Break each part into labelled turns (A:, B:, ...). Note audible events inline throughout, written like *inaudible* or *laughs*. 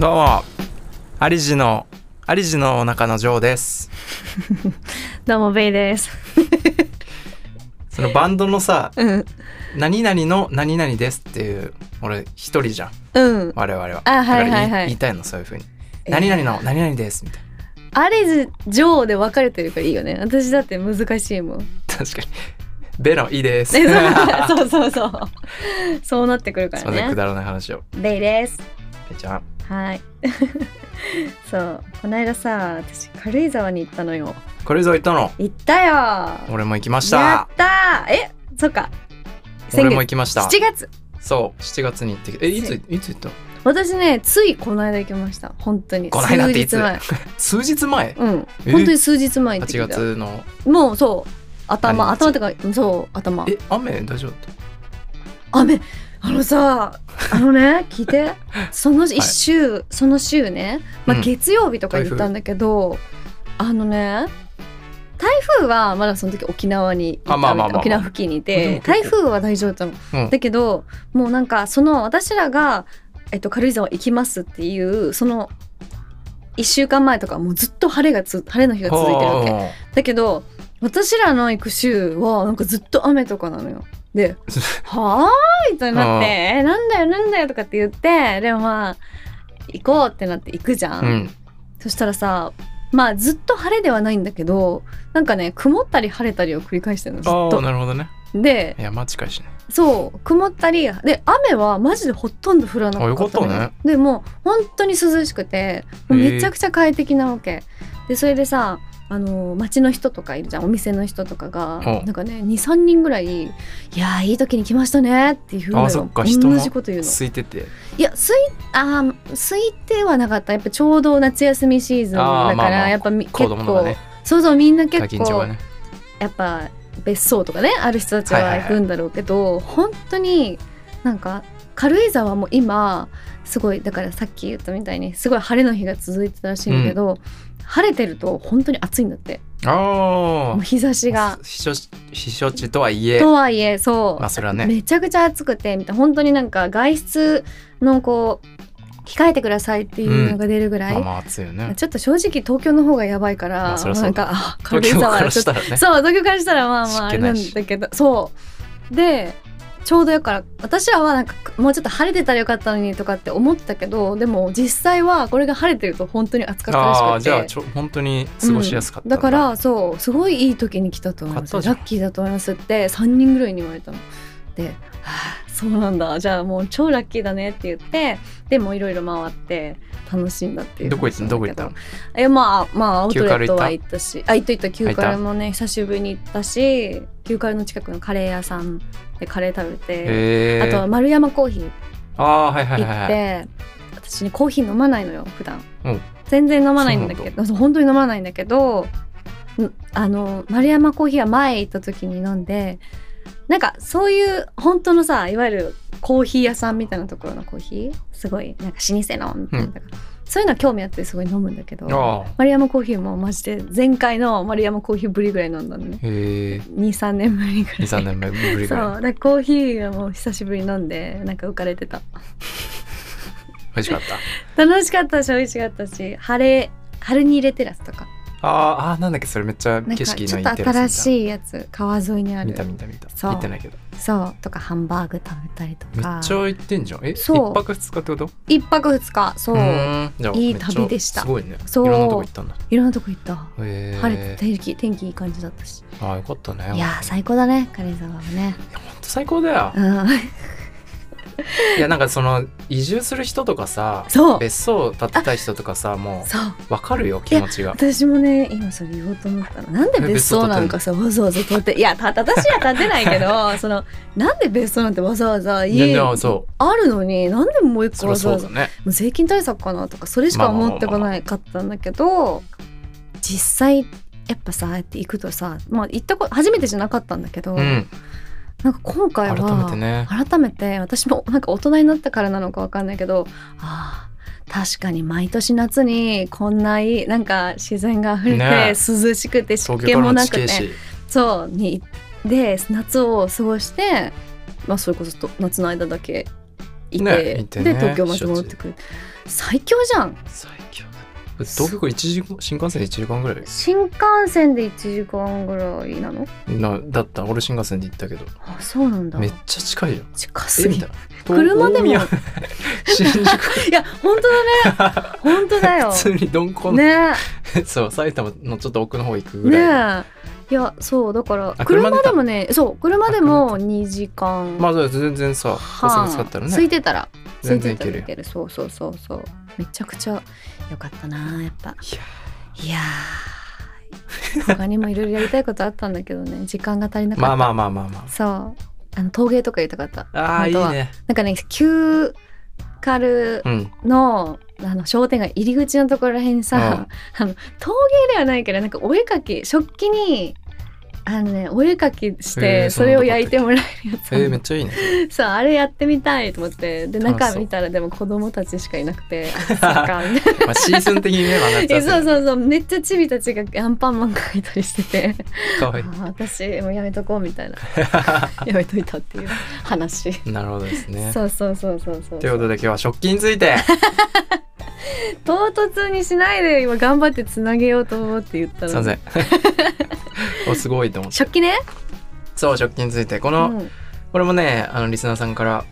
A: どうもアリジのアリジのお腹のジョーです
B: どうもベイです。
A: そのバンドのさ
B: うん。
A: 何々の何々ですっていう俺一人じゃん
B: うん。
A: 我々は
B: あはいはいは
A: だ
B: い
A: から言言いたいのそういう風に、何々の何々ですみたいな
B: アリズ、ジョーで分かれてるからいいよね。私だって難しいもん。
A: *laughs*
B: ね
A: 確かにベロいいです *laughs* すい
B: そうそうそうそう。そうなってくるか
A: ません
B: ら
A: く
B: ね。
A: だらない話を
B: ベイです。
A: ペちゃん
B: はい。 *laughs* そう。この間さ、私軽井沢に行ったのよ。
A: これぞ行ったの
B: 行ったよ。や
A: 俺も行きまし
B: ったたー。え、そっか。
A: 俺も行きました
B: 7月。
A: そう7月に行ってきてえいついつ行ったの
B: 私ね、ついこの間行きました。本当に。
A: この間っていつ
B: 数
A: 数日
B: 日前。
A: 前
B: うん。
A: *laughs* え
B: 本当に数日前行って
A: 8
B: きた。
A: 月の
B: もうそう。頭、
A: 何日
B: 頭ってか、そう、頭。
A: え雨大丈夫だった
B: 雨あのさあ
A: *laughs*
B: のね聞いてその一週、その週ね、まあ、
A: うん
B: 月曜日とか言ったんだけど、あのね台風はまだその時沖縄にいた
A: あまあまあまあまあ
B: 沖縄付近にい
A: でも
B: て
A: 結構
B: 台風は大丈夫だったの、
A: うん
B: だけどもうなんかその私らが、えっと、軽井沢行きますっていうその1週間前とかもうずっと晴れがつ晴れの日が続いてるわけ
A: あ
B: だけど私らの行く週はなんかずっと雨とかなのよで
A: ー
B: はーいとなって、
A: あー
B: えなんだよなんだよとかって言って、でもまあ、行こうってなって行くじゃん。
A: うん
B: そしたらさ、まあずっと晴れではないんだけど、なんかね、曇ったり晴れたりを繰り返してるの、ずっ
A: ああ
B: と。
A: なるほどね
B: で、
A: 山近いしね
B: そう、曇ったり、で、雨はマジでほとんど降らなかったの
A: あよかっ
B: でも、本当に涼しくて、もうめちゃくちゃ快適なわけ。で、それでさ、あの街の人とかいるじゃんお店の人とかが
A: うん
B: なんかね23人ぐらい「いやーいい時に来ましたね」っていうの
A: あそっ
B: よ
A: か
B: 同
A: 人も
B: じこと言うの
A: 空いてて
B: いやすいあー空いてはなかったやっぱちょうど夏休みシーズンだ
A: あー
B: から
A: まあまあ
B: やっぱみ
A: 子
B: 結
A: 供のが
B: 構、
A: ね
B: そうそうみんな
A: 課
B: 結
A: 金
B: 構
A: 帳がね
B: やっぱ別荘とかねある人たち
A: はいは
B: はい
A: はい
B: 行くんだろうけど、本当になんか軽井沢も今すごいだからさっき言ったみたいにすごい晴れの日が続いてたらしいんだけど、晴れてると本当に暑いんだって
A: あ
B: もう
A: あ
B: 日差しが。
A: 避暑避暑地とはいえ
B: とはいえそう、
A: まあそれはね
B: めちゃくちゃ暑くてみたいな本当になんか外出のこう控えてくださいっていうのが出るぐらい、
A: まあまあ暑いよね
B: ちょっと正直東京の方がやばいから、
A: まあそりゃそう
B: なんかあ軽井
A: 東京
B: 沢
A: か
B: は
A: ら
B: ちょ
A: し
B: っと、
A: たらね
B: そう東京からしたらまあまあ
A: 湿
B: あ
A: 気
B: れ
A: な
B: ないん
A: し
B: だけどそうでちょうどやから私らはなんかもうちょっと晴れてたらよかったのにとかって思ったけどでも実際はこれが晴れてると本当に暑かったらしくて
A: ああーじゃあちょ本当に過ごしやすかったん
B: だからそうすごいいい時に来たと思います
A: 買った
B: ラ
A: じゃん
B: ッキーだと思いますって3人ぐらいに言われたの。で「はあそうなんだじゃあもう超ラッキーだね」って言ってでもいろいろ回って楽しんだっていう
A: どこ行った
B: 話な
A: のど
B: ん
A: こ
B: だ
A: 行
B: け
A: ったの
B: えまあまあアウトレットは
A: 旧
B: 行ったしあ行った行った旧
A: あ行
B: カ
A: った
B: ルもね久しぶりに行ったし旧カルの近くのカレー屋さんでカレー食べて、
A: へえ
B: あとは丸山コーヒー
A: あーはいはいはい
B: 行っ
A: はい
B: て私ねコーヒー飲まないのよ普段、
A: うん
B: 全然飲まないんだけどそう本当に飲まないんだけどんあの丸山コーヒーは前行った時に飲んでなんかそういう本当のさいわゆるコーヒー屋さんみたいなところのコーヒーすごいなんか老舗のみたいな、そういうの興味あってすごい飲むんだけど
A: あ
B: 丸山コーヒーもマジで前回の丸山コーヒーぶりぐらい飲んだのね
A: ーへえ
B: 23年ぶりぐらい
A: 二三年前ぶりぐ
B: そう
A: らい
B: だからコーヒーはもう久しぶりに飲んでなんか浮かれてた
A: 美味しかった
B: 楽しかったし美味しかったし晴れ晴れに入れテラスとか
A: あーあーなんだっけそれめっちゃ
B: なん
A: 景
B: か
A: 色
B: ち
A: の
B: ょ
A: い
B: っ
A: い
B: と
A: テラ
B: 新
A: スみ
B: しいやつ川沿いに
A: た
B: あ
A: いな見
B: る
A: た見た見た
B: そう
A: 見てないけど
B: そうとかハンバーグ食べたりと
A: めっ
B: か
A: ちゃ行ってんじゃんえ一
B: そう
A: 泊二日ってこと
B: 一泊二日そうう
A: ーんじゃあ
B: いい
A: めっちゃ
B: 旅でした
A: すごいねい
B: そう
A: ろんなとこ行ったんだ
B: いろんなとこ行った
A: へえ
B: 晴れて天気天気いい感じだったし
A: あーよかったね
B: いやー最高だね軽井沢はね
A: ほんと最高だよ
B: うん
A: いやなんかその移住する人とかさ
B: そう
A: 別荘を建てたい人とかさも
B: そう
A: うわかるよ気持ちが
B: 私もね今それ言おうと思ったのなんで
A: え
B: 別荘なんかさわざわざ建ていやた私は建てない
A: *laughs*
B: けどそのなんで別荘なんてわざわざ
A: いや
B: 家
A: でもそ
B: あるのになんでもう
A: う
B: 一
A: そりゃ
B: 個わざ
A: そ
B: わ
A: う
B: ざ
A: だね
B: もう税金対策かなとかそれしか思ってこなかったんだけど実際やっぱさああやって行くとさ、まあ、行ったこと初めてじゃなかったんだけど、
A: うん
B: なんか今回は
A: 改めてね
B: 改めて私もなんか大人になったからなのかわかんないけどああ確かに毎年夏にこんないいなんか自然が溢れて、
A: ね
B: 涼しくて湿
A: 東
B: 気
A: 京か
B: も
A: らも
B: な
A: 地
B: くて
A: 形し
B: そうにで夏を過ごして、まあ、それこそと夏の間だけいて,、
A: ねいてね
B: で東京まで戻ってくる最強じゃん
A: 最強だ東京から一時間新幹線で1時間ぐらい
B: 新幹線で1時間ぐらいなの
A: なだった俺新幹線で行ったけど
B: あそうなんだ
A: めっちゃ近いよ
B: 近
A: え
B: す
A: み
B: ぎ
A: たいな
B: 車でも *laughs*
A: 大宮新宿
B: いや本当だね本当だ
A: *laughs*
B: よ
A: 普通にどんこの、
B: ね
A: *laughs* そう埼玉のちょっと奥の方行くぐ
B: ね
A: らい、
B: いやそうだから
A: あ車で
B: 車
A: か
B: でもねそう車でも2時間
A: まあそう全然さ高
B: はあ
A: 速使ったら
B: 空い
A: ね
B: てたら空い
A: 全
B: て
A: 然
B: た
A: 行
B: ら
A: け
B: い
A: る
B: け
A: よ
B: るそうそうそうそうめちゃくちゃ良かったなやっぱ
A: いや
B: いやー他にもいろいろやりたいことあったんだけどね時 *laughs* 間が足りなかった
A: まあまあまあまあま
B: そうあの陶芸とかやりたかった
A: ああー
B: 本当はい
A: いね
B: なんかねキューカル
A: うん
B: の,、あの商店街入り口のところらへんさ、あの陶芸ではないけどなんかお絵かき食器にあのねお絵かきし
A: へ
B: て
A: ー
B: それを焼いてもらえるやつ、
A: えー、めっちゃいいね
B: *laughs* そうあれやってみたいと思ってで
A: 楽しそう
B: 中見たらでも子供たちしかいなくてあそっかみたい
A: *laughs*
B: な
A: まあシーズン的にね、まあ、夏
B: え
A: *laughs* 休み
B: そうそうそうめっちゃチビたちがアンパンマン描いたりしてて
A: かわ
B: あ
A: い
B: ー私もうやめとこうみ
A: *laughs*
B: たいなやめといたっていう話、
A: いなるほどですね
B: そうそうそうそうそう
A: ということで今日は食器について
B: 唐突にしないで今頑張ってつなげようと思って言ったの
A: すいま
B: *laughs*
A: せんおすごいと思って
B: 食器ね、
A: そう食器についてこ
B: う
A: の、
B: ん、
A: これもねあのリスナーさんから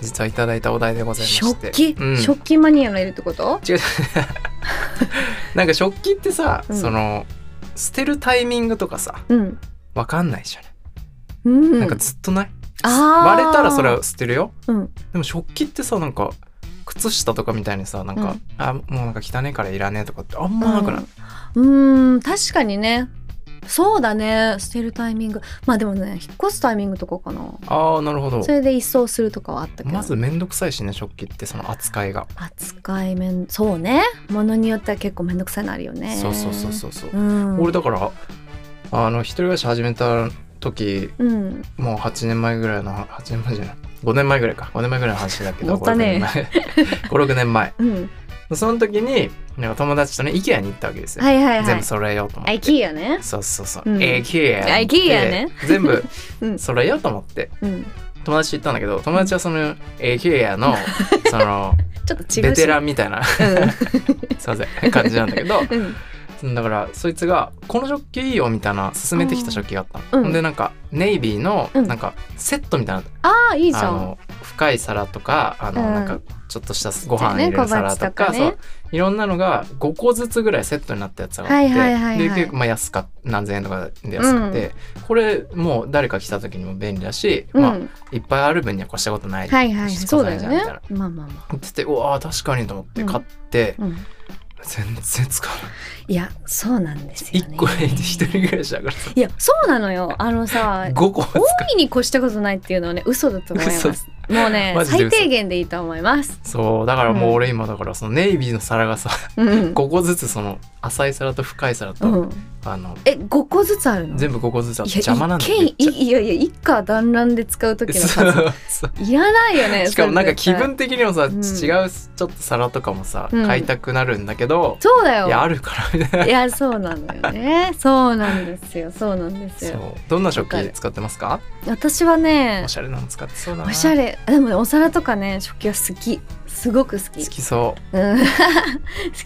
A: 実はいただいたお題でございまし
B: 食
A: て
B: 器、
A: うん、
B: 食器マニアのいるってこと *laughs*
A: なんか食器ってさ、
B: うん
A: その捨てるタイミングとかさ
B: うん
A: わかんないじゃない、
B: うん
A: なんかずっとない
B: あ
A: 割
B: ー
A: れたらそれは捨てるよ
B: うん
A: でも食器ってさなんか靴下とかみたいにさなんか、
B: うん
A: あもうなんか汚いからいらねえとかってあんまなくない、
B: うんうーん確かにねそうだね捨てるタイミングまあでもね引っ越すタイミングとかかな
A: ああなるほど
B: それで一掃するとかはあったけど
A: まずめんどくさいしね食器ってその扱いが、
B: 扱い面そうねものによっては結構めんどくさいのあるよね
A: そうそうそうそうそう、
B: う、ん、
A: 俺だからあの一人暮らし始めた時
B: うん
A: もう8年前ぐらいの8年前じゃない5年前ぐらいか5年前ぐらいの話だけ
B: *laughs*
A: ど
B: 持ったね
A: 56年前 *laughs*
B: うん
A: その時になんか友達とね IKEA に行ったわけですよ、
B: はいはいは
A: 全
B: い
A: 部揃えようと思って
B: IKEA ね
A: そうそうそう、
B: うん
A: IKEA
B: あ IKEA ね
A: で全部
B: *laughs* うん
A: 揃えようと思って
B: うん
A: 友達と行ったんだけど友達はその IKEA
B: *laughs*
A: のその
B: ちょっと違うし
A: ベテランみたい
B: *laughs*
A: なすいません感じなんだけど
B: うん、うん、
A: だからそいつが「この食器いいよ」みたいな勧めてきた食器があったの、
B: うん
A: ほんでなんかネイビーの
B: うん
A: なんかセットみたいな、
B: ああいいじ
A: あ
B: ゃん
A: の深い皿とかあの、
B: うん
A: なんかちょっとしたご飯入れる皿とか,、
B: ね小鉢とかね
A: そういろんなのが5個ずつぐらいセットになったやつがあって、
B: はいはいはいはい
A: で結構まあ安かっ何千円とかで安くて、これもう誰か来た時にも便利だし、
B: うん、
A: まあ、いっぱいある分には越したことない、
B: はいはいはい
A: しつ
B: そう
A: こ
B: だ
A: ないじゃ
B: よ
A: ん
B: ね
A: みたいな
B: まあまあま
A: つってうわー確かにと思って買って、
B: あ、うん、
A: 全然使わない
B: いやそうなんですよ
A: 1
B: ね
A: 個で一人暮らしだからさ
B: いやそうなのよあのさ
A: 5個は使う
B: 大いに越したことないっていうのはね嘘だと思います
A: 嘘
B: もうね
A: マジで
B: 最
A: 嘘
B: 低限でいいと思います
A: そうだからもう俺今だからそのネイビーの皿がさ
B: うん、
A: 5個ずつその浅い皿と深い皿と、
B: うん、
A: あの
B: え5個ずつあるの
A: 全部5個ずつあっ
B: い
A: て
B: や
A: 邪魔なんだよ
B: 一
A: めっ
B: 軒
A: ちゃ
B: いいやいや一家団らんで使う時の
A: そ
B: 数
A: う
B: *laughs*
A: そう
B: いらないよね
A: *laughs* しかもなんか気
B: それ
A: 分的にもさ、
B: うん
A: 違うちょっと皿とかもさ、
B: うん
A: 買いたくなるんだけど、
B: そうだよ
A: いやあるからみたいない
B: やそうなのよねそうなんですよそうなんです
A: そう
B: よ
A: どんな食器使ってますか
B: 私はね
A: おしゃれなの使ってそうだな
B: おしゃれでもねお皿とかね食器は好きすごく好
A: 好
B: き
A: きそ
B: うん *laughs* 好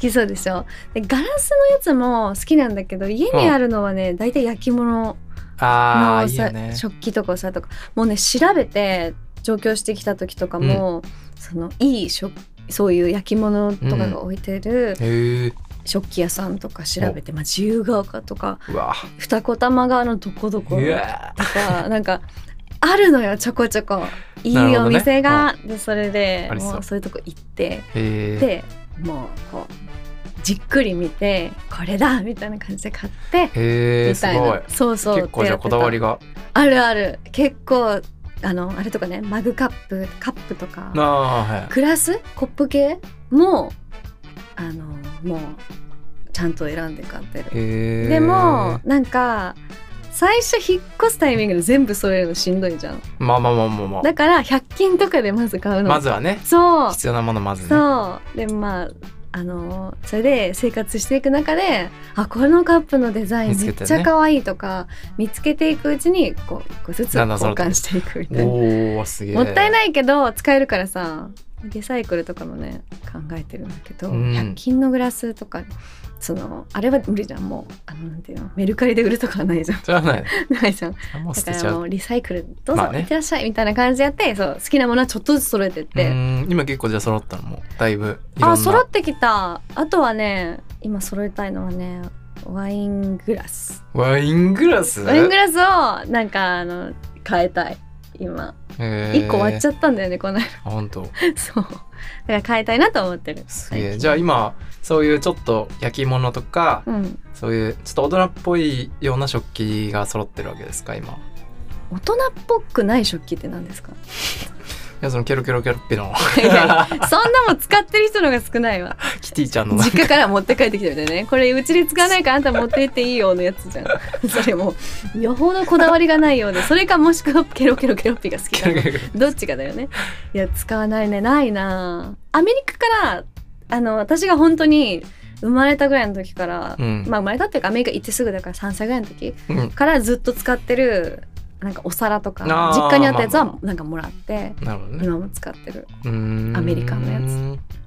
B: きそうでしょでガラスのやつも好きなんだけど家にあるのはね大体焼き物
A: うあ
B: の
A: ーいい
B: さ
A: よね
B: 食器とかお皿とかもうね調べて上京してきた時とかも、そのいい食そういう焼き物とかが置いてる
A: へえ
B: 食器屋さんとか調べて、まあ、自由が丘とか
A: うわ
B: 二子玉川のどこどこ
A: う
B: と
A: わ
B: か *laughs* なんかあるのよちょこちょこいい
A: なるほ
B: お
A: どね
B: 店が、でそれで
A: ありそう
B: もうそういうとこ行って
A: へえ
B: でもうこうじっくり見てこれだみたいな感じで買って。
A: へえ
B: み
A: す
B: たい
A: ごい
B: なそうそう
A: 結構じゃあこだわりが
B: あるある結構あのあれとかねマグカップカップと
A: な
B: か
A: あはい
B: グラスコップ系もあのもうちゃんと選んで買ってる、
A: へえ
B: でもなんか最初引っ越すタイミングで全部揃えるのしんどいじゃん
A: まあまあまあまあまあ
B: だから100均とかでまず買うの
A: まずはね
B: そう
A: 必要なものまずね
B: そうでまああのそれで生活していく中であこのカップのデザイン
A: 見つ
B: め
A: け
B: って
A: ね
B: ちゃ可愛いとか見つけていくうちにこう一個ずつ
A: だんだん
B: 交換していくみたいな。
A: おおすげえ
B: もったい
A: い
B: ないけど使えるからさリサイクルとかもね考えてるんだけど、
A: うん
B: 100均のグラスとかそのあれは無理じゃんもうあのなんていうのメルカリで売るとかはないじゃん *laughs*
A: じゃあない
B: ないじゃん
A: あもう
B: だ
A: 捨
B: か
A: てち
B: ら
A: ゃ
B: も
A: う
B: うリサイクルどうぞ、
A: まあね
B: いってらっしゃいみたいな感じでやってそう好きなものはちょっとずつ揃えてって、
A: うん今結構じゃあ揃ったのもうだいぶいろんな
B: あ揃ってきたあとはね今揃えたいのはねワイングラス
A: ワイングラス
B: ワイング
A: ラ
B: ラスをなんかあの変えたい今
A: ス、え
B: 1個割っち
A: ゃ
B: ゃったんだよねこの間 *laughs*
A: あ本当
B: そうだから変えたいなと思ってる
A: すげ
B: 最
A: え
B: 近
A: じゃあ今そういうちょっと焼き物とか、
B: うん
A: そういうちょっと大人っぽいような食器が揃ってるわけですか今い
B: 大人っぽくない食器って何ですか
A: やそのケロケロケロッピの *laughs*
B: いやいやそんなもん使ってる人のが少ないわ
A: キティちゃんの
B: 実家から持って帰ってきたみたいなねこれうちで使わないからあんた持って行っていいよのやつじゃんそれもうよほどこだわりがないようでそれかもしくはケロケロケロッピが好き
A: ケロ *laughs*
B: なの
A: ケロ
B: どっちかだよねいや使わないねないなアメリカからあの私が本当に生まれたぐらいの時から、
A: うん
B: *laughs* まあ生まれたっていうかアメリカ行ってすぐだから3歳ぐらいの時
A: うん
B: からずっと使ってるなんかお皿とか
A: あー
B: 実家にあったやつ
A: まあ
B: は
A: ま
B: なんかもらって
A: なるほどね
B: 今も使ってる
A: うーん
B: アメリカのや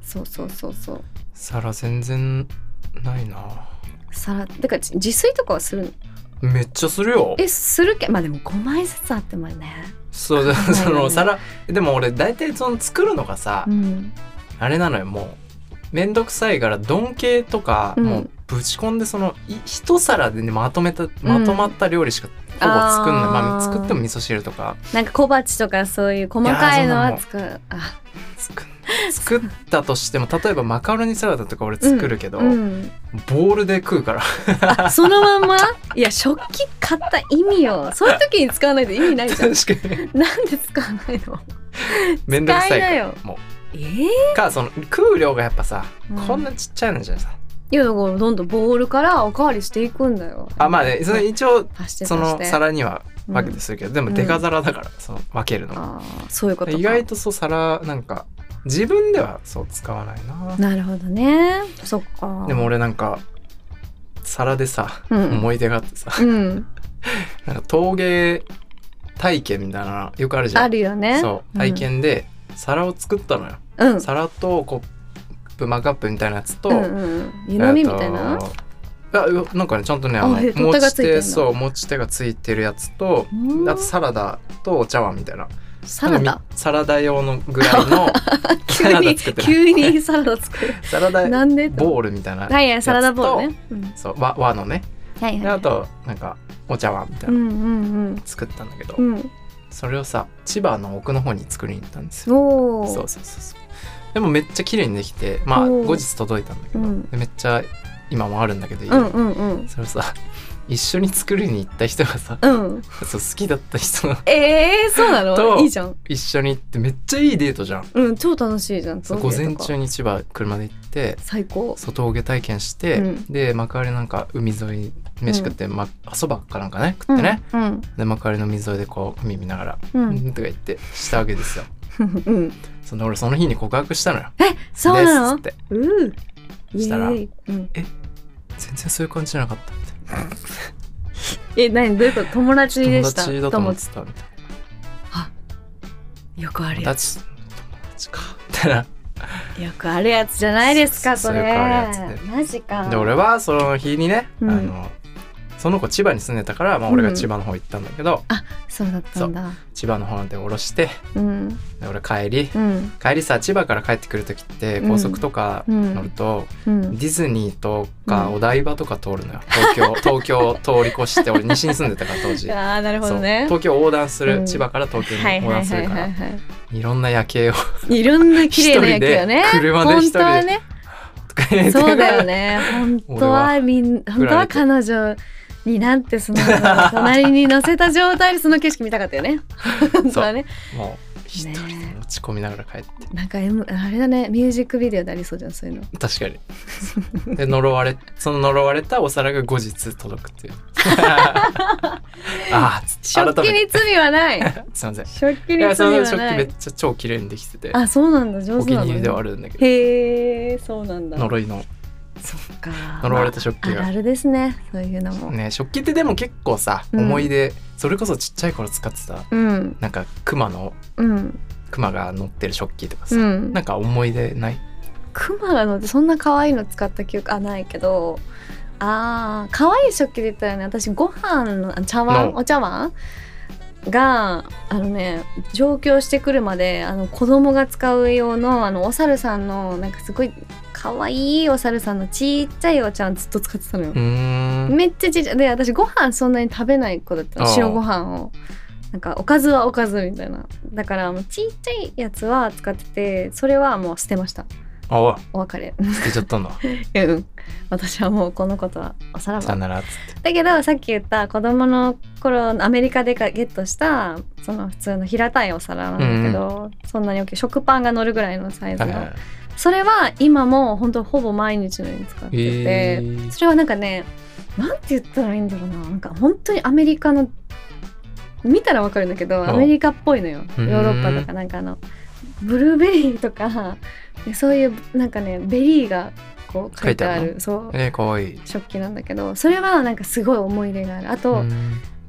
B: そうそうそうそう
A: 皿全然ないな
B: 皿だから自自炊とかはするの
A: めっちゃするよ
B: えするけまあでも5枚ずつあってもね
A: そうだ
B: わかんな
A: *laughs*
B: い
A: そ
B: よ
A: の
B: ね
A: 皿でも俺大体その作るのがさ、
B: うん
A: あれなのよもうめんどくさいから丼系とか、
B: うん
A: もうぶち込んでそのい一皿で、ね、まとめたまとまった料理しかほぼ作んない、
B: あー
A: まあ作っても味噌汁とか
B: なんか小鉢とかそういう細かい
A: いや
B: のは
A: ー
B: 使うあ
A: 作ん作ったとしても例えばマカロニサラダとか俺作るけど、
B: うん、
A: ボールで食うから
B: あそのまんまいや食器買った意味よそういう時に使わないと意味な
A: *laughs*
B: いじゃん
A: 確かに
B: なんで使わないの
A: めんどくさいか
B: 使いな
A: ら
B: よ
A: も
B: えー、
A: うかその食う量がやっぱさ、
B: うん
A: こんなちっちゃいのじゃんさ
B: いやだからどんどんボールからおかわりしていくんだよ
A: あまあねそれ一応
B: 足して足して
A: その皿には分け
B: う
A: て
B: ん
A: するけど、でもデカ皿だから、その分けるのが
B: あーそういうことか
A: 意外とそう皿なんか自分ではそう使わないな
B: なるほどねそっか
A: でも俺なんか皿でさ、
B: うん
A: 思い出があってさ
B: うん
A: なんか陶芸体験みたいなのよくあるじゃん
B: あるよね
A: そう
B: うん
A: 体験で皿を作ったのよ、
B: うん
A: 皿とコップマグカップみたいなやつと、
B: うんうん湯飲みみたいな
A: えっとあうなんかねちゃんとねあの
B: あへ取っ手が
A: 持ち
B: ついてん
A: 手
B: だ
A: そう持ち手がついてるやつと
B: うん
A: あとサラダとお茶碗みたいな
B: サラダ
A: サラダ用のぐらいの
B: *laughs* 急
A: サラダ
B: に
A: 作ってる
B: 急にサラダ作る
A: サラダ
B: なんで
A: ボールみたいな
B: はいはいサラダボールね、うん、
A: そう和和のね
B: はいはい
A: で
B: はい
A: あとなんかお茶碗みたいうなの
B: んうん
A: 作ったんだけど、
B: うんうん
A: それをさ千葉の奥の方に作りに行ったんですよ
B: おお
A: そうそうそうそうでもめっちゃ綺麗にできてまあ
B: おー
A: 後日届いたんだけど、
B: うん
A: でめっちゃ今もあるんだけど、
B: うんうんうん
A: それさ一緒に作りに行った人がさ
B: *laughs* うん
A: そう好きだった人が
B: えー、そうな
A: と
B: のいいじゃん
A: 一緒に行ってめっちゃいいデートじゃん
B: うん超楽しいじゃん
A: そう
B: 陶
A: 午
B: 芸と
A: 前
B: か
A: 中に千葉車で行って
B: 最高
A: そう陶芸体験して、
B: うん
A: で幕張なんか海沿い飯食って、まあそばかなんかね食ってね、
B: うん
A: で幕張の水沿いでこう海見ながら「
B: う、
A: うん
B: うんん」
A: とか言ってしたわけですよ
B: うん、
A: その俺その日に告白したのよ
B: *laughs* えそうなの
A: ですっつって
B: うう
A: したら
B: イエーイうん、
A: 全然そういう感じじゃなかったみたいな
B: え何どういうこと友達でした
A: 友達だと思ってたみたい
B: 友達よくあ
A: な
B: る
A: 友
B: や
A: 達友達かみたい
B: つよくあるやつじゃないですか
A: そう
B: それ
A: よくあるやつ
B: マジか
A: なで俺はその日にね、
B: うん
A: あのその子千葉に住んでたから、まあ、俺が
B: うん
A: 千葉の方行ったんだけど、
B: そうだったんだ
A: 千葉の方で降ろして
B: うん
A: で俺帰り
B: うん
A: 帰りさ千葉から帰ってくる時って
B: うん
A: 高速とか
B: うん
A: 乗ると、
B: うん
A: ディズニーとか
B: うん
A: お台場とか通るのよ東
B: *laughs*
A: 京東京を通り越して俺西に住んでたから当時。
B: あ *laughs* あなるほ
A: そ
B: ど
A: う
B: ね。
A: 東京を横断する、
B: うん
A: 千葉から東京に
B: はい
A: 横
B: は
A: 断
B: い
A: す
B: は
A: る
B: い
A: か
B: はい
A: ら
B: はい
A: ろんな夜景を *laughs*
B: い。いろんな綺麗な
A: 一人で
B: 役よね。
A: 車で一人で
B: 本当はね。
A: とか言って
B: そうだ *laughs* よね。本当はみん本当は彼女に
A: *laughs*
B: なってその隣に乗せた状態でその景色見たかったよね。本当はね。
A: もう一人で持ち込みながら帰って、
B: なんか、M、あれだねミュージックビデオでありそうじゃんそういうの
A: 確かにで呪われその呪われたお皿が後日届くって
B: *laughs*
A: いうああつ
B: 食器
A: 改め
B: に罪はな
A: *laughs*
B: い
A: てすいません
B: 食器
A: い
B: に
A: やそ
B: 罪
A: の
B: は
A: 食器
B: な
A: めっ
B: い
A: ちゃ超綺麗にできてて
B: あそうなんだ上
A: お
B: 手
A: 気
B: な
A: に入りでは
B: の
A: あるんだけど
B: へえそうなんだ
A: 呪いの
B: そっか
A: 呪われた食器
B: まああ
A: が
B: るあるですねそういうのも、
A: ね食器ってでも結構さ
B: うん
A: 思い出それこそちっちゃい頃使ってた
B: うん
A: なんか熊の
B: うん
A: 熊が乗ってる食器とか
B: う
A: さ
B: ん
A: なんか思い出ない
B: クマなのでそんな可愛いの使った記憶はないけどあー可愛い食器で言ったらね私ご飯のあ茶碗
A: の
B: お茶碗があのね上京してくるまであの子供が使う用のあのお猿さんのなんかすごい可愛いお猿さんのちっちゃいお茶碗ずっと使ってたのよ
A: う。ーん
B: めっちゃちっちゃいで私ご飯そんなに食べない子だったの
A: ああ
B: 白ご飯をなんかおかずはおかずみたいなだからもうちっちゃいやつは使っててそれはもう捨てました
A: あおい
B: お別れ
A: 捨てちゃったん
B: *laughs*
A: だ
B: うん私はもうこのことはおさら
A: さよ
B: ば
A: ならっつっ
B: だけどさっき言った子供の頃アメリカでかゲットしたその普通の平たいお皿なんだけど、そんなに大きい食パンが乗るぐらいのサイ
A: て
B: ズ
A: はいはいは
B: の
A: い
B: それは今も本当ほぼ毎日のように使ってて、
A: へー
B: それはなんかねなんて言ったらいいんだろうななんか本当にアメリカの見たらわかるんだけど
A: あ
B: アメリカっぽいのよ
A: う
B: ヨ
A: ん
B: ーロッパとかなんかあのブルーベリーとかでそういうなんかねベリーがこう書いてあ
A: 書いて
B: る
A: ある
B: そう
A: えー、かわいい
B: 食器なんだけどそれはなんかすごい思い入れがあるあと、
A: うん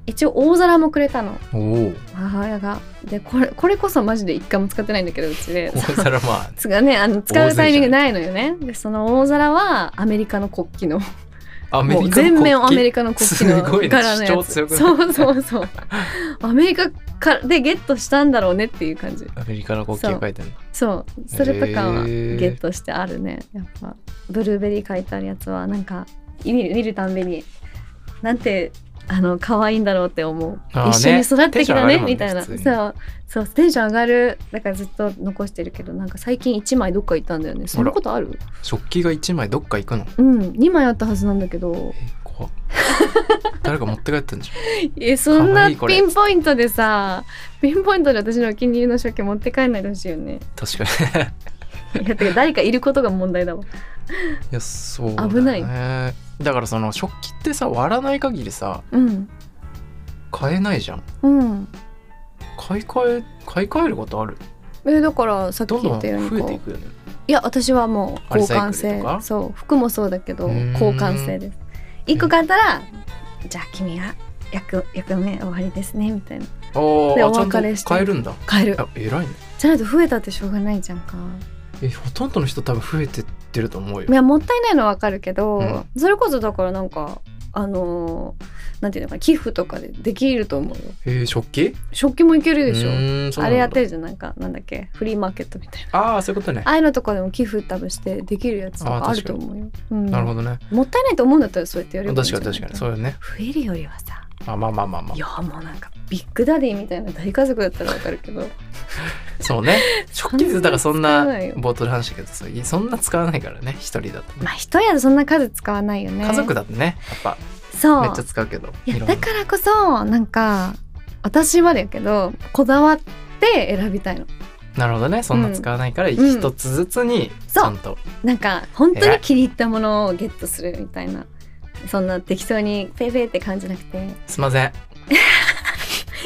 B: 一応大皿もくれたの
A: おお
B: 母親がでこれこれこそマジで一回も使ってないんだけどうちで
A: 大皿まあ
B: つがねあの使うタイミングないのよねでその大皿はアメリカの国旗の *laughs*
A: アメ
B: もう
A: リカの
B: 全面アメ
A: リ
B: リカの国旗の
A: すごいね
B: 柄のやつ、
A: 主張強くな
B: そうそうそうアメリカからでゲットしたんだろうねっていう感じ
A: カアメリカの国旗が書いてある
B: そうそれとかは
A: へー
B: ゲットしてあるねやっぱブルーベリー書いてあるやつはなんか見る見るたんびになんてあの可愛いんだろうって思う、
A: あーね
B: 一緒に育ってきた
A: テンショ
B: ね
A: ン上
B: み
A: が
B: たい
A: るもんね
B: な
A: 普通に
B: そうそうテンション上がるだからずっと残してるけどなんか最近1枚どっか行ったんだよねそんなことある
A: 食器が一枚どっか行くの
B: うん2枚あったはずなんだけど
A: えー、怖
B: *laughs*
A: っ誰か持って帰ったんじ
B: えそん
A: か
B: な
A: わいいこれ
B: ピンポイントでさピンポイントで私のお気に入りの食器持って帰んないでほしいよね
A: *laughs* ゃん確かに
B: いやてか誰かいることが問題だわ
A: いやそう
B: 危ない
A: ねだからその食器ってさ割らない限りさ
B: うん
A: 買えないじゃん
B: うん
A: 買い替え買い替えることある
B: えだからさっき
A: どん
B: 言
A: ど
B: っ
A: ん
B: たように
A: 増えてい
B: こ
A: く
B: う
A: よね
B: いや私はもう
A: あリ
B: 交
A: サ
B: 換
A: イクルとか
B: 性そう服もそうだけど
A: うーん
B: 交換性です一個買ったらじゃあ君が役役目終わりですねみたいな
A: お
B: で
A: ーあ
B: お
A: ちゃん
B: 別れして
A: と買えるんだ
B: 買える
A: あ偉いね
B: じゃないと増えたってしょうがないじゃんか
A: えほとんどの人多分増えてってると思うよ
B: いやもったいないのはわかるけど、
A: うん
B: それこそだからなんかあのーなんていうのかな寄付とかでできると思うよ
A: えー、食器
B: 食器もいけるでしょ
A: うーんそうな
B: あ
A: んだ
B: れやってるじゃんなんかなんだっけフリーマーケットみたいな
A: ああそういうことね
B: ああいうのとかでも寄付多分してできるやつとかあると思うよ、うん、
A: なるほどね
B: もったいないと思うんだったらそうやってやる
A: 確かに確かに
B: 増
A: そうよね
B: えるよりはさ
A: あまあまあまあま
B: いやもうなんかビッグダディみたいな大家族だったらわかるけど
A: あそう
B: *laughs*
A: ね食器ってだからそん
B: 使
A: な
B: わないよ
A: 冒頭で話したけどそういそんな使わないからね一人だとね
B: まあ一人でそんな数使わないよね
A: 家族だとねやっ
B: そ
A: ぱ
B: う
A: めっちゃ使うけど
B: いや
A: ろん
B: だ
A: な
B: からこそなんか私はだけどこだわって選びたいの
A: なるほどねそんな使わないから
B: ん
A: 一つずつにち
B: そう
A: ゃんと、
B: なんか本当
A: 偉
B: に
A: い
B: 気に入ったものをゲットするみたいなそんな適当にペイペイって感じなくて
A: すいません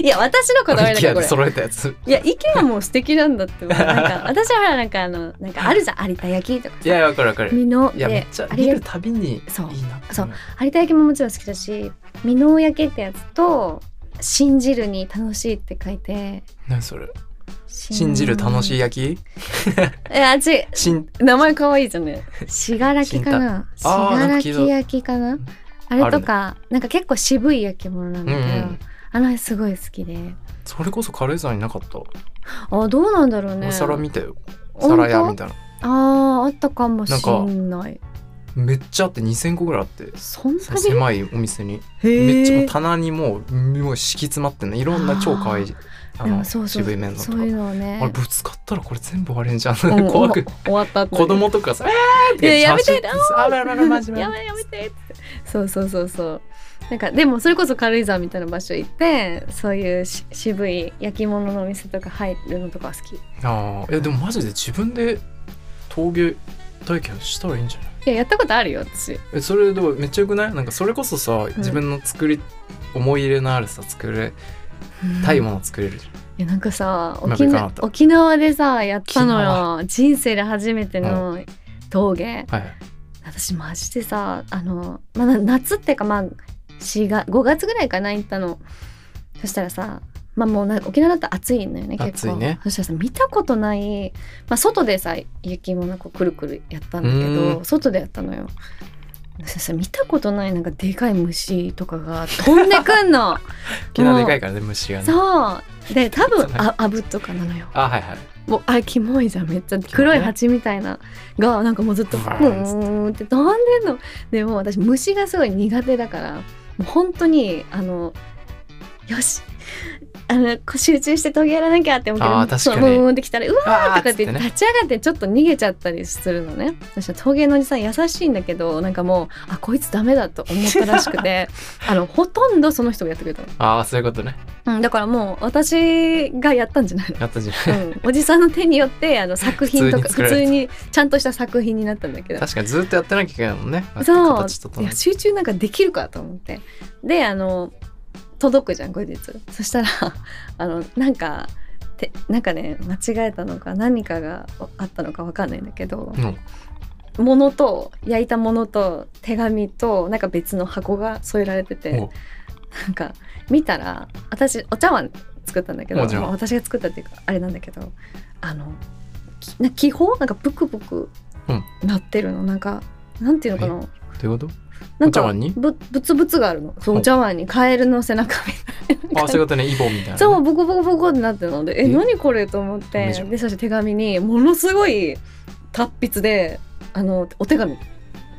B: いや私のこだわりだか
A: IKEA
B: らこ
A: で
B: れ
A: 揃えたやつ
B: いや意見も素敵なんだ
A: *laughs*
B: ってもうなんか私はほらなんかあのなんかあるじゃん有田焼とか
A: いやいやわかるわかる
B: 美濃
A: いやめ
B: で
A: っちゃ
B: あ
A: 見
B: れ
A: るたびにいい
B: そう
A: なって
B: そう有田焼ももちろん好きだし美濃焼けってやつと「信じるに楽しい」って書いて
A: 何それ信じる楽しい焼き
B: いや違う
A: 信
B: 名前可愛いじゃんね。信楽かな。
A: 新
B: 信
A: 太あーなんか聞いた
B: 楽焼きかな。あれとか、なんか結構渋い焼き物なんだけど、
A: うんうん
B: あの辺すごい好きで。
A: それこそ軽井沢になかった、
B: あ、どうなんだろうね。
A: お皿見たよ
B: 本当
A: 皿屋みたいな
B: あーあったかもしんない。
A: めっちゃあって2,000個ぐらいあって
B: そんな
A: その
B: に。
A: 狭いお店に
B: へー
A: めっちゃもう棚にもうもう敷き詰まってんのいろんな超可愛いあ
B: でも
A: の
B: そうそう
A: 渋い麺のと
B: そ
A: か
B: ういうのをね
A: あれ。ぶつかったらこれ全部割れんじゃん
B: うん
A: 怖く
B: お終わった後に
A: 子供とかさ「えー!」って
B: いややめて
A: *laughs* 走ってさあらららマジマジ
B: やめやめてって。そうそうそうそう。なんかでもそれこそ軽井沢みたいな場所行ってそういうし渋い焼き物のお店とか入るのとかは好きい
A: ああいやでもマジで自分で陶芸体験したらいいんじゃない
B: ややったことあるよ私
A: えそれでもめっちゃよくないなんかそれこそさ
B: ん
A: 自分の作り、思い入れのあるさ作れたいもの作れるじゃん、
B: いやなんかさ
A: うま
B: 沖
A: くいかなか
B: 縄
A: った
B: 沖縄でさやったのよ人生で初めての陶芸、
A: はい
B: 私マジでさあの、まあ、な夏っていうかまあ4月5月ぐらいかな行ったのそしたらさまあもうな沖縄だと暑いのよね結構
A: 暑いね
B: そしたらさ見たことない、まあ、外でさ雪もなんかくるくるやったんだけ
A: う
B: ど外でやったのよそしたらさ見たことないなんかでかい虫とかが飛んでくんの
A: *laughs* 沖縄でかいからね虫がね
B: そうで多分あアブとかなのよ
A: あはいはい
B: もうあれキモいじゃんめっちゃ黒い蜂みたいながなんかもうずっと
A: う
B: ブ
A: わ
B: ーンって飛んでんのでも私虫がすごい苦手だからもう本当にあのよしあのこう集中して途切らなきゃって思うけど
A: あー確かに
B: そうブーンってきたらうわ
A: あ
B: ー
A: あ
B: とかって
A: ね
B: 立ち上がってちょっと逃げちゃったりするのねそしたら陶芸のおじさん優しいんだけどなんかもうあこいつダメだと思ったらし
A: *laughs*
B: くてあのほとんどその人がやってくれたの、
A: ああそういうことね
B: うん、だからもう私がやったんじゃないの
A: やったじゃない、
B: うん、おじさんの手によっ
A: *laughs*
B: てあの作品とか
A: 普通に作
B: 普
A: られ
B: 通
A: た
B: にちゃんとした作品になったんだけど
A: 確かにずっとやってなきゃいけないもんね
B: そう
A: 形整え
B: いや
A: て
B: 集中なんかできるかと思ってであの届くじゃん後日そしたら *laughs* あのなんかてなんかね間違えたのか何かがあったのかわかんないんだけど
A: うん
B: 物と焼いたものと手紙となんか別の箱が添えられてて
A: お
B: なんか見たら私お茶碗作ったんだけど
A: もちろん
B: まあ私が作ったっていうかあれなんだけどあのきな気泡なんかプクプク
A: うん
B: なってるの、なんかなんていうのかな
A: どういうこと
B: なん
A: お茶
B: か
A: 碗に
B: ぶぶつぶつがあるのそう
A: ほう
B: お茶碗にカエルの背中みたいな
A: ああそういうことねイボみたいなね、
B: そうボコボコボコってなってるのでえ
A: え
B: 何これと思っ
A: ダ
B: て
A: メじゃん
B: でそして手紙にものすごい達筆であのお手紙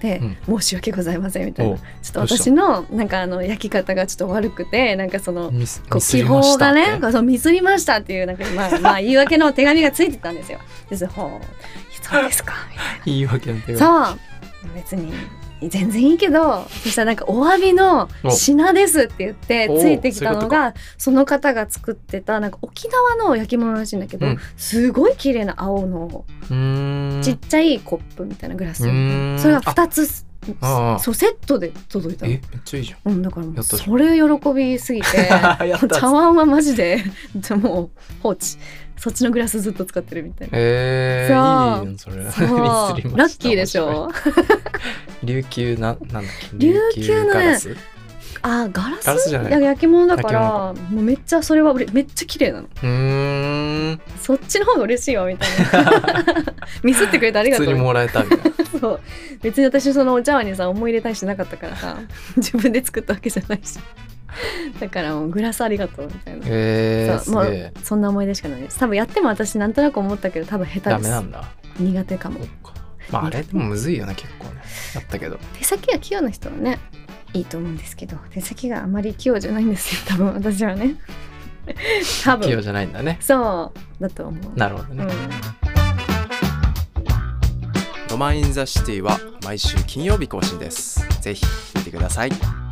B: で、申し訳ございません」みたいな
A: お
B: ちょっと私のなんかあの焼き方がちょっと悪くてなんかその
A: ミス
B: こう
A: ミス
B: 気
A: りま
B: 泡
A: した
B: が
A: って
B: ねこうそうミスりましたっていうなんか、まあ、まあ言い訳の手紙がついてたんですよ。ですほうそうですかみたい
A: 言い訳の手
B: な。
A: が
B: そう別に全然いいけどそしたらなんかお詫びの
A: お
B: 品ですって言って
A: お
B: ついてきた
A: そういうこ
B: の
A: と
B: がその方が作ってたなんか沖縄の焼き物らしいんだけど、
A: うん
B: すごい綺麗な青の
A: うーん
B: ちっちゃいコップみたいなグラスみたいな、
A: うん
B: それが2つ
A: ああ
B: そうセットで届いた
A: え
B: の
A: めっちゃいいじゃん
B: うん、だからも
A: や
B: う
A: ったじゃん
B: それ喜びすぎて
A: *laughs* や
B: もう茶碗はマジで *laughs* でもう放置そっちのグラスずっと使ってるみたいな。
A: えー、いいねそれ *laughs* ミ
B: そ
A: ス
B: う
A: りました
B: ラッキーでし
A: 面白
B: ょ
A: い琉球ななんだっけ
B: 琉球のね
A: ガラス
B: あーガラス
A: ガラスじゃない
B: や焼き物だからもうめっちゃそれは嬉めっちゃ綺麗なの
A: うーん
B: そっちの方が嬉しいよみたい
A: *laughs*
B: なミスってくれてありが
A: 普
B: と
A: 通に
B: う
A: もらえたみ
B: *laughs*
A: たいな
B: そう別に私そのお茶碗にさ思い入れたりしてなかっ
A: *laughs*
B: たからさ自分で作ったわけじゃないしだからもうグラスありがとうみたいな
A: えー、す
B: そう
A: げ
B: も
A: え
B: うそんな思い出しかないです多分やっても私なんとなく思ったけど多分下
A: ダ
B: 手
A: メ
B: で
A: な
B: す
A: んだ
B: 苦手かも
A: そっかまああれでもむずいよね結構ねやったけど
B: 手先が器用な人はねいいと思うんですけど手先があまり器用じゃないんですよ多分私はね多
A: 器用
B: 分
A: じゃないんだね
B: そうだと思う
A: なるほどね、
B: うん
C: ロマン・イン・ザ・シティは毎週金曜日更新です。ぜひ見てください。